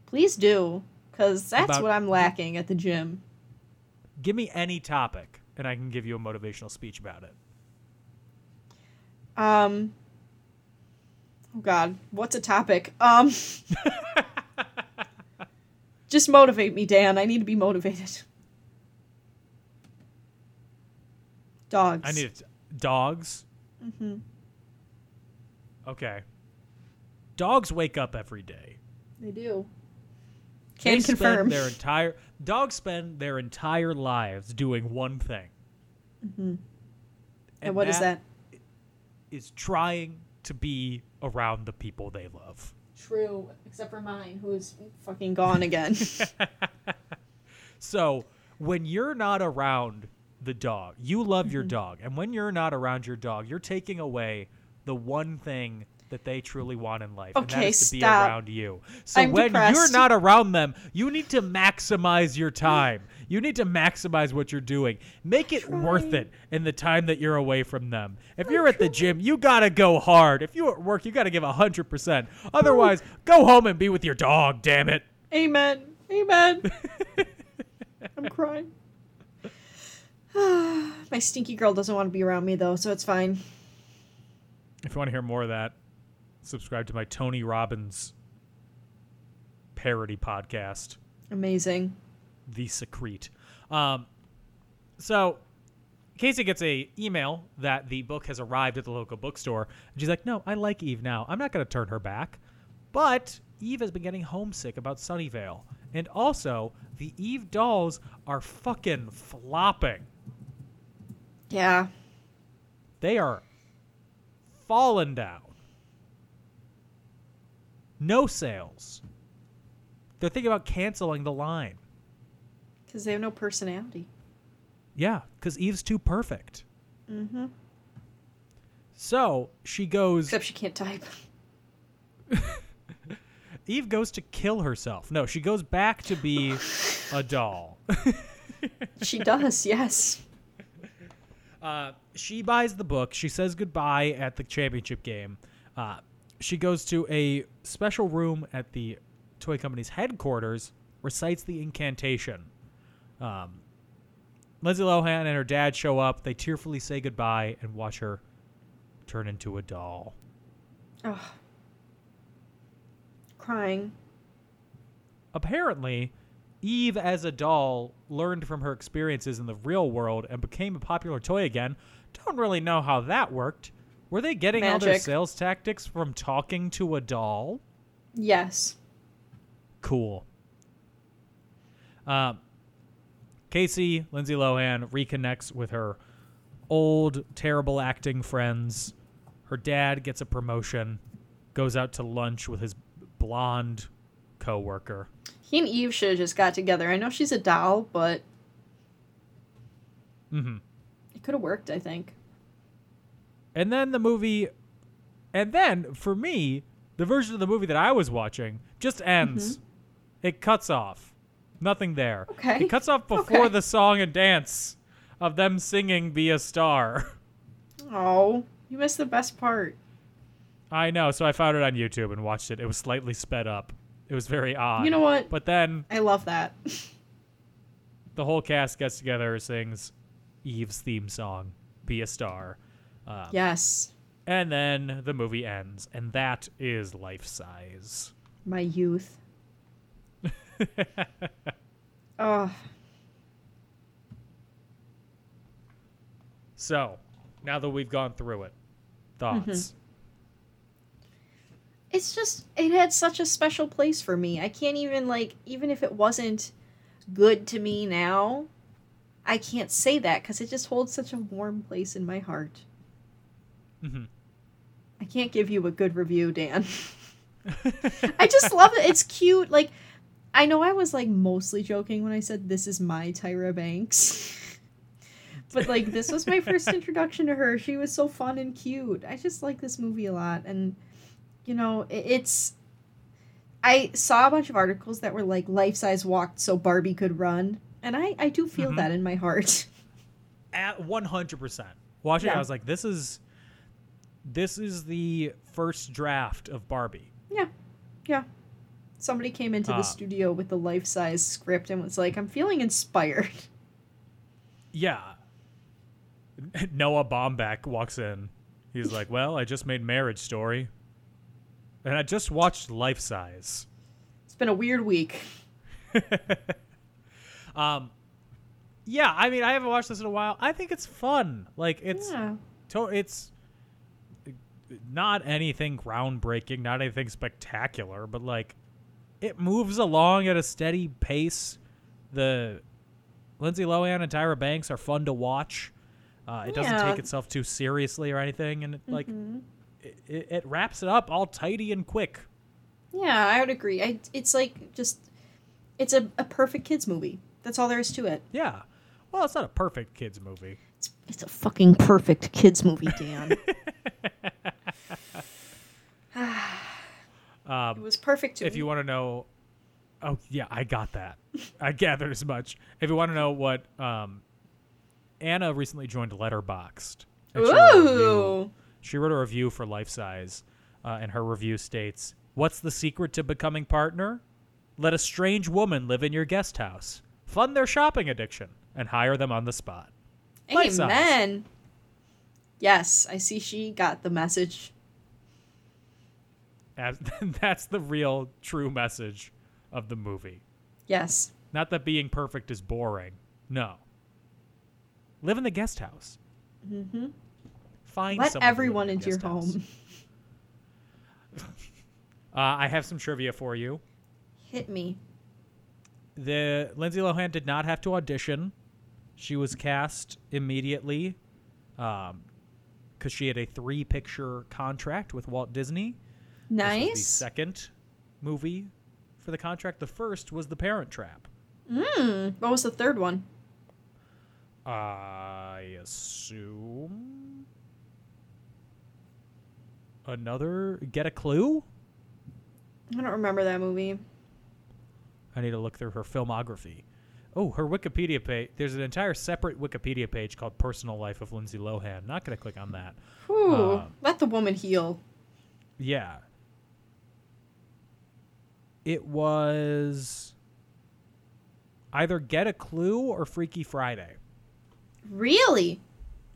Please do, because that's About- what I'm lacking at the gym. Give me any topic and I can give you a motivational speech about it. Um. Oh God, what's a topic? Um. just motivate me, Dan. I need to be motivated. Dogs. I need it. dogs. Mm-hmm. Okay. Dogs wake up every day. They do. Can they confirm. Spend their entire dogs spend their entire lives doing one thing. Mm-hmm. And what is that? is trying to be around the people they love. True, except for mine, who is fucking gone again. So when you're not around the dog, you love Mm-hmm. your dog. And when you're not around your dog, you're taking away the one thing that they truly want in life, and that Okay, is to be stop. around you. So I'm when you're depressed. not around them, you need to maximize your time. You need to maximize what you're doing. Make it worth it in the time that you're away from them. If you're at the gym, you got to go hard. If you're at work, you got to give 100%. Otherwise, go home and be with your dog, damn it. Amen. Amen. I'm crying. My stinky girl doesn't want to be around me though, so it's fine. If you want to hear more of that, subscribe to my Tony Robbins parody podcast, Amazing. The Secrete. Um, so Casey gets a email that the book has arrived at the local bookstore, and she's like, "No, I like Eve now. I'm not going to turn her back." But Eve has been getting homesick about Sunnyvale, and also the Eve dolls are fucking flopping. Yeah. They are fallen down. No sales. They're thinking about canceling the line. Because they have no personality. Yeah, because Eve's too perfect. Mm-hmm. So she goes. Except she can't type. Eve goes to kill herself. No, she goes back to be a doll. She does, yes. Uh, she buys the book. She says goodbye at the championship game. Uh, she goes to a special room at the toy company's headquarters, recites the incantation. Um, Lindsay Lohan and her dad show up. They tearfully say goodbye and watch her turn into a doll. Ugh. Crying. Apparently, Eve as a doll learned from her experiences in the real world and became a popular toy again. Don't really know how that worked. Were they getting all their Magic. sales tactics from talking to a doll? Yes. Cool. Um, Casey, Lindsay Lohan reconnects with her old, terrible acting friends. Her dad gets a promotion. goes out to lunch with his blonde coworker. He and Eve should have just got together. I know she's a doll, but Mm-hmm. it could have worked, I think. And then the movie, and then for me, the version of the movie that I was watching just ends. It cuts off. Nothing there. Mm-hmm. Okay. It cuts off before Okay. the song and dance of them singing Be a Star. Oh, you missed the best part. I know, so I found it on YouTube and watched it. It was slightly sped up. It was very odd. You know what? But then I love that. the whole cast gets together, sings Eve's theme song, Be a Star. Um, yes, And then the movie ends, and that is life size. my youth. Oh, So, now that we've gone through it, thoughts? it's just it had such a special place for me. I can't even like even if it wasn't good to me now, I can't say that cuz it just holds such a warm place in my heart. Mhm. I can't give you a good review, Dan. I just love it. It's cute. Like I know I was like mostly joking when I said this is my Tyra Banks. but like this was my first introduction to her. She was so fun and cute. I just like this movie a lot and you know, i- it's. I saw a bunch of articles that were like life size walked so Barbie could run, and I I do feel that in my heart. At 100%. Watching it, Yeah. I was like, this is. This is the first draft of Barbie. yeah, yeah. Somebody came into Ah. the studio with the life size script and was like, "I'm feeling inspired." Yeah. Noah Baumbach walks in. He's like, Well, I just made Marriage Story. And I just watched Life Size. It's been a weird week. Yeah, I mean, I haven't watched this in a while. I think it's fun. Like, it's. Yeah, to- it's not anything groundbreaking, not anything spectacular, but like it moves along at a steady pace. The Lindsay Lohan and Tyra Banks are fun to watch. Uh, it doesn't Yeah. take itself too seriously or anything, and it, like it, it, it wraps it up all tidy and quick. yeah, I would agree. I it's like just, it's a, a perfect kids movie. That's all there is to it. Yeah. Well, it's not a perfect kids movie. It's it's a fucking perfect kids movie, Dan. it was perfect to Um, if me. you want to know oh yeah i got that i gathered as much if you want to know what um anna recently joined letterboxd and she wrote a review- Ooh. she wrote a review for life size uh, and her review states what's the secret to becoming partner let a strange woman live in your guest house fund their shopping addiction and hire them on the spot Life size. Amen. Yes, I see she got the message. As- that's the real true message of the movie Yes. Not that being perfect is boring. No. Live in the guest house. Mm-hmm. Find Let someone to live everyone in the into your guest house. home. Uh, I have some trivia for you. Hit me. The Lindsay Lohan did not have to audition. She was cast immediately because she had a three-picture contract with Walt Disney. This was the Nice. second movie for the contract. The first was The Parent Trap. What was the third one? I assume another get a clue. I don't remember that movie. I need to look through her filmography. Oh, her Wikipedia page. There's an entire separate Wikipedia page called "Personal Life of Lindsay Lohan." Not gonna click on that. Whew. Uh, Let the woman heal. Yeah, it was either Get a Clue or Freaky Friday. Really?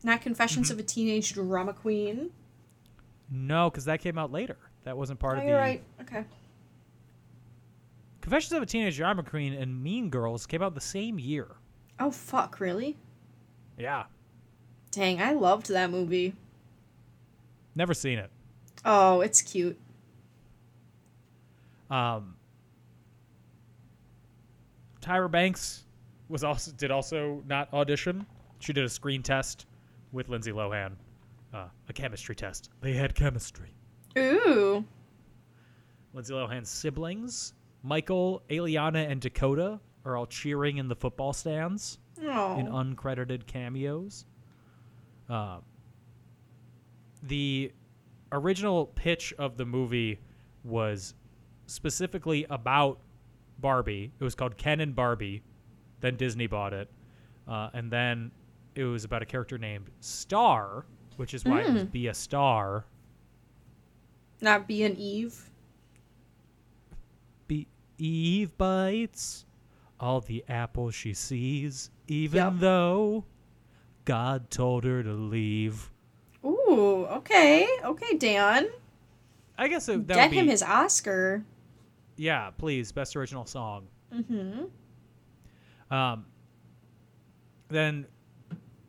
Not Confessions Mm-hmm. of a Teenage Drama Queen. No, because that came out later. That wasn't part Oh, of the you're right. Okay. Confessions of a Teenage Drama Queen and Mean Girls came out the same year. Oh, fuck, really? Yeah. Dang, I loved that movie. Never seen it. Oh, it's cute. Um, Tyra Banks was also did also not audition. She did a screen test with Lindsay Lohan, uh, a chemistry test. They had chemistry. Ooh. Lindsay Lohan's siblings, Michael, Aliana, and Dakota, are all cheering in the football stands Oh, in uncredited cameos. Uh, the original pitch of the movie was specifically about Barbie. It was called Ken and Barbie. Then Disney bought it, uh, and then it was about a character named Star, which is why it was Be a Star. not be an Eve. Be Eve bites all the apples she sees, even Yep. though God told her to leave. Ooh, okay, okay, Dan, I guess it, that get would be, him his Oscar. yeah, please, best original song. Mm-hmm. Um, then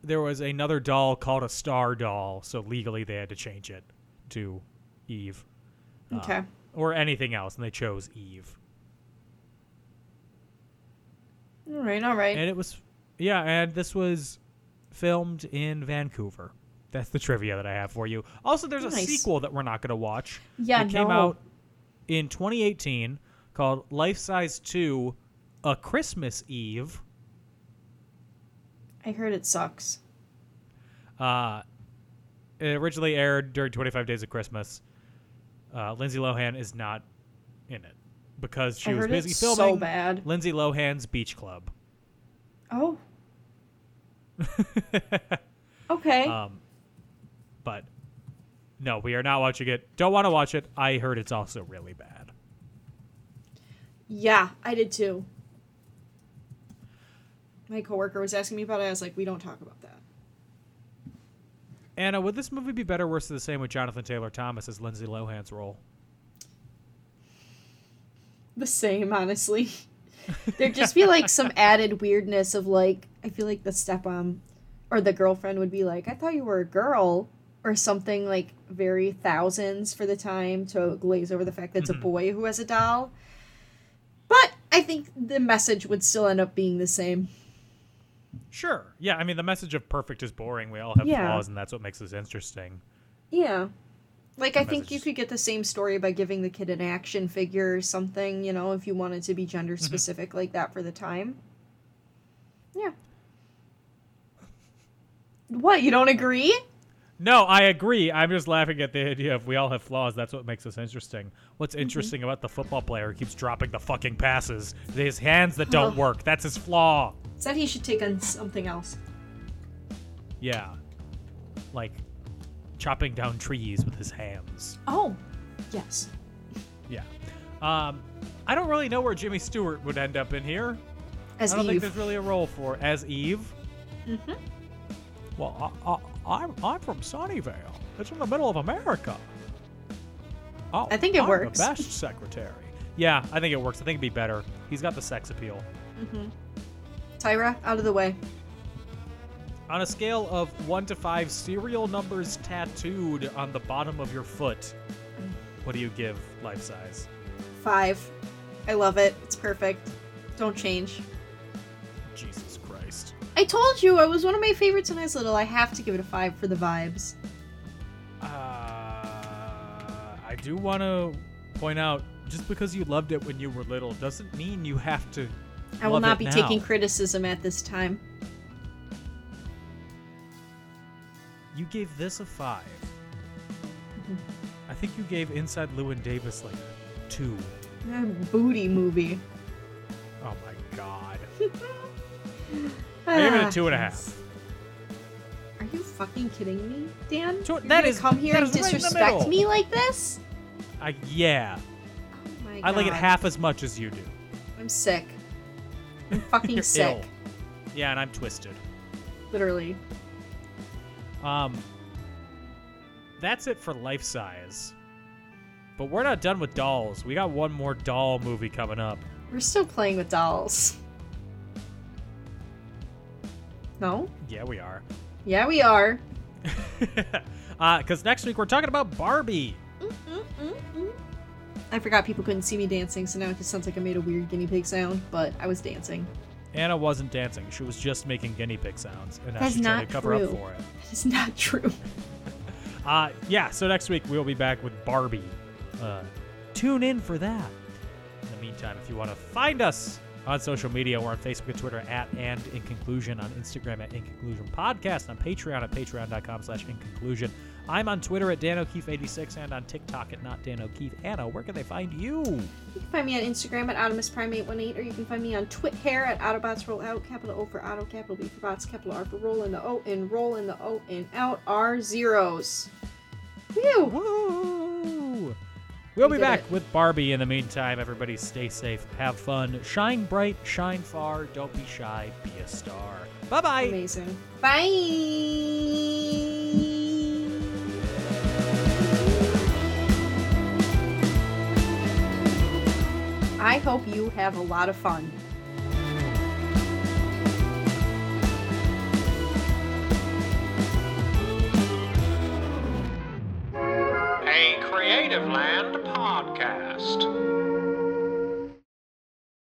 there was another doll called a Star Doll, so legally they had to change it to Eve Uh, Okay. or anything else, and they chose Eve. all right, all right. And it was, yeah, and this was filmed in Vancouver. That's the trivia that I have for you. Also, there's a Nice. sequel that we're not going to watch. Yeah, it came no. out in 2018 called Life Size 2 A Christmas Eve. I heard it sucks. Uh, it originally aired during 25 Days of Christmas. Uh, Lindsay Lohan is not in it because she I was heard busy it's so filming bad. Lindsay Lohan's Beach Club. Oh, okay. um, but no, we are not watching it. Don't want to watch it. I heard it's also really bad. yeah, I did too. My coworker was asking me about it. I was like, we don't talk about that. Anna, would this movie be better, worse, or the same with Jonathan Taylor Thomas as Lindsay Lohan's role? The same, honestly. There'd just be like some added weirdness of like, I feel like the stepmom or the girlfriend would be like, I thought you were a girl or something like very thousands for the time to glaze over the fact that it's a boy who has a doll. But I think the message would still end up being the same. Sure. Yeah, I mean the message of perfect is boring. We all have Yeah. flaws, and that's what makes us interesting. Yeah. Like I think you messages. could get the same story by giving the kid an action figure or something, you know, if you wanted to be gender Mm-hmm. specific like that for the time. Yeah. What, you don't agree? No, I agree. I'm just laughing at the idea of we all have flaws. That's what makes us interesting. What's interesting about the football player who keeps dropping the fucking passes? His hands that don't Ugh. work. That's his flaw. Said he should take on something else. Yeah. Like chopping down trees with his hands. Oh, yes. Yeah. Um, I don't really know where Jimmy Stewart would end up in here. As I don't think Eve. there's really a role for as Eve. Mm-hmm. Well, I, I, I'm I'm from Sunnyvale. It's in the middle of America. Oh, I think it I'm works. The best secretary. Yeah, I think it works. I think it'd be better. He's got the sex appeal. Tyra, out of the way. On a scale of one to five, serial numbers tattooed on the bottom of your foot. What do you give life size? Five. I love it. It's perfect. Don't change. Jesus Christ. I told you it was one of my favorites when I was little. I have to give it a five for the vibes. Uh, I do want to point out just because you loved it when you were little doesn't mean you have to. I will love not it be now. taking criticism at this time. You gave this a 5 Mm-hmm. I think you gave Inside Lewin Davis like two. A booty movie. Oh my god. Ah, I gave it a two and a half. Are you fucking kidding me, Dan? Two- You're that gonna is- come here that is and right in the disrespect middle. me like this? I yeah. Oh my I like it God. half as much as you do. I'm sick. I'm fucking You're sick. ill. Yeah, and I'm twisted. Literally. Um, that's it for life size. But we're not done with dolls. We got one more doll movie coming up. We're still playing with dolls. No? Yeah, we are. Yeah, we are. Because next week we're talking about Barbie. I forgot people couldn't see me dancing, so now it just sounds like I made a weird guinea pig sound, but I was dancing. Anna wasn't dancing; she was just making guinea pig sounds, and now That's she's trying not to cover true. up for it. That is not true. Uh, yeah. So next week we'll be back with Barbie, uh, tune in for that. In the meantime, if you want to find us on social media, we're on Facebook and Twitter at and in conclusion, on Instagram at in conclusion podcast, on Patreon at patreon.com slash in conclusion. I'm on Twitter at Dan O'Keefe86 and on TikTok at not Dan O'Keefe. Anna, where can they find you? You can find me on Instagram at AutomusPrime818, or you can find me on Twit Hair at Autobots Roll Out, capital O for Auto, capital B for Bots, capital R for Roll in the O, and Roll in the O and Out are zeros. Whew! Woo! We'll We be did back it. with Barbie in the meantime. Everybody stay safe, have fun, shine bright, shine far, don't be shy, be a star. Bye bye. Amazing. Bye! I hope you have a lot of fun. a Creative Land podcast.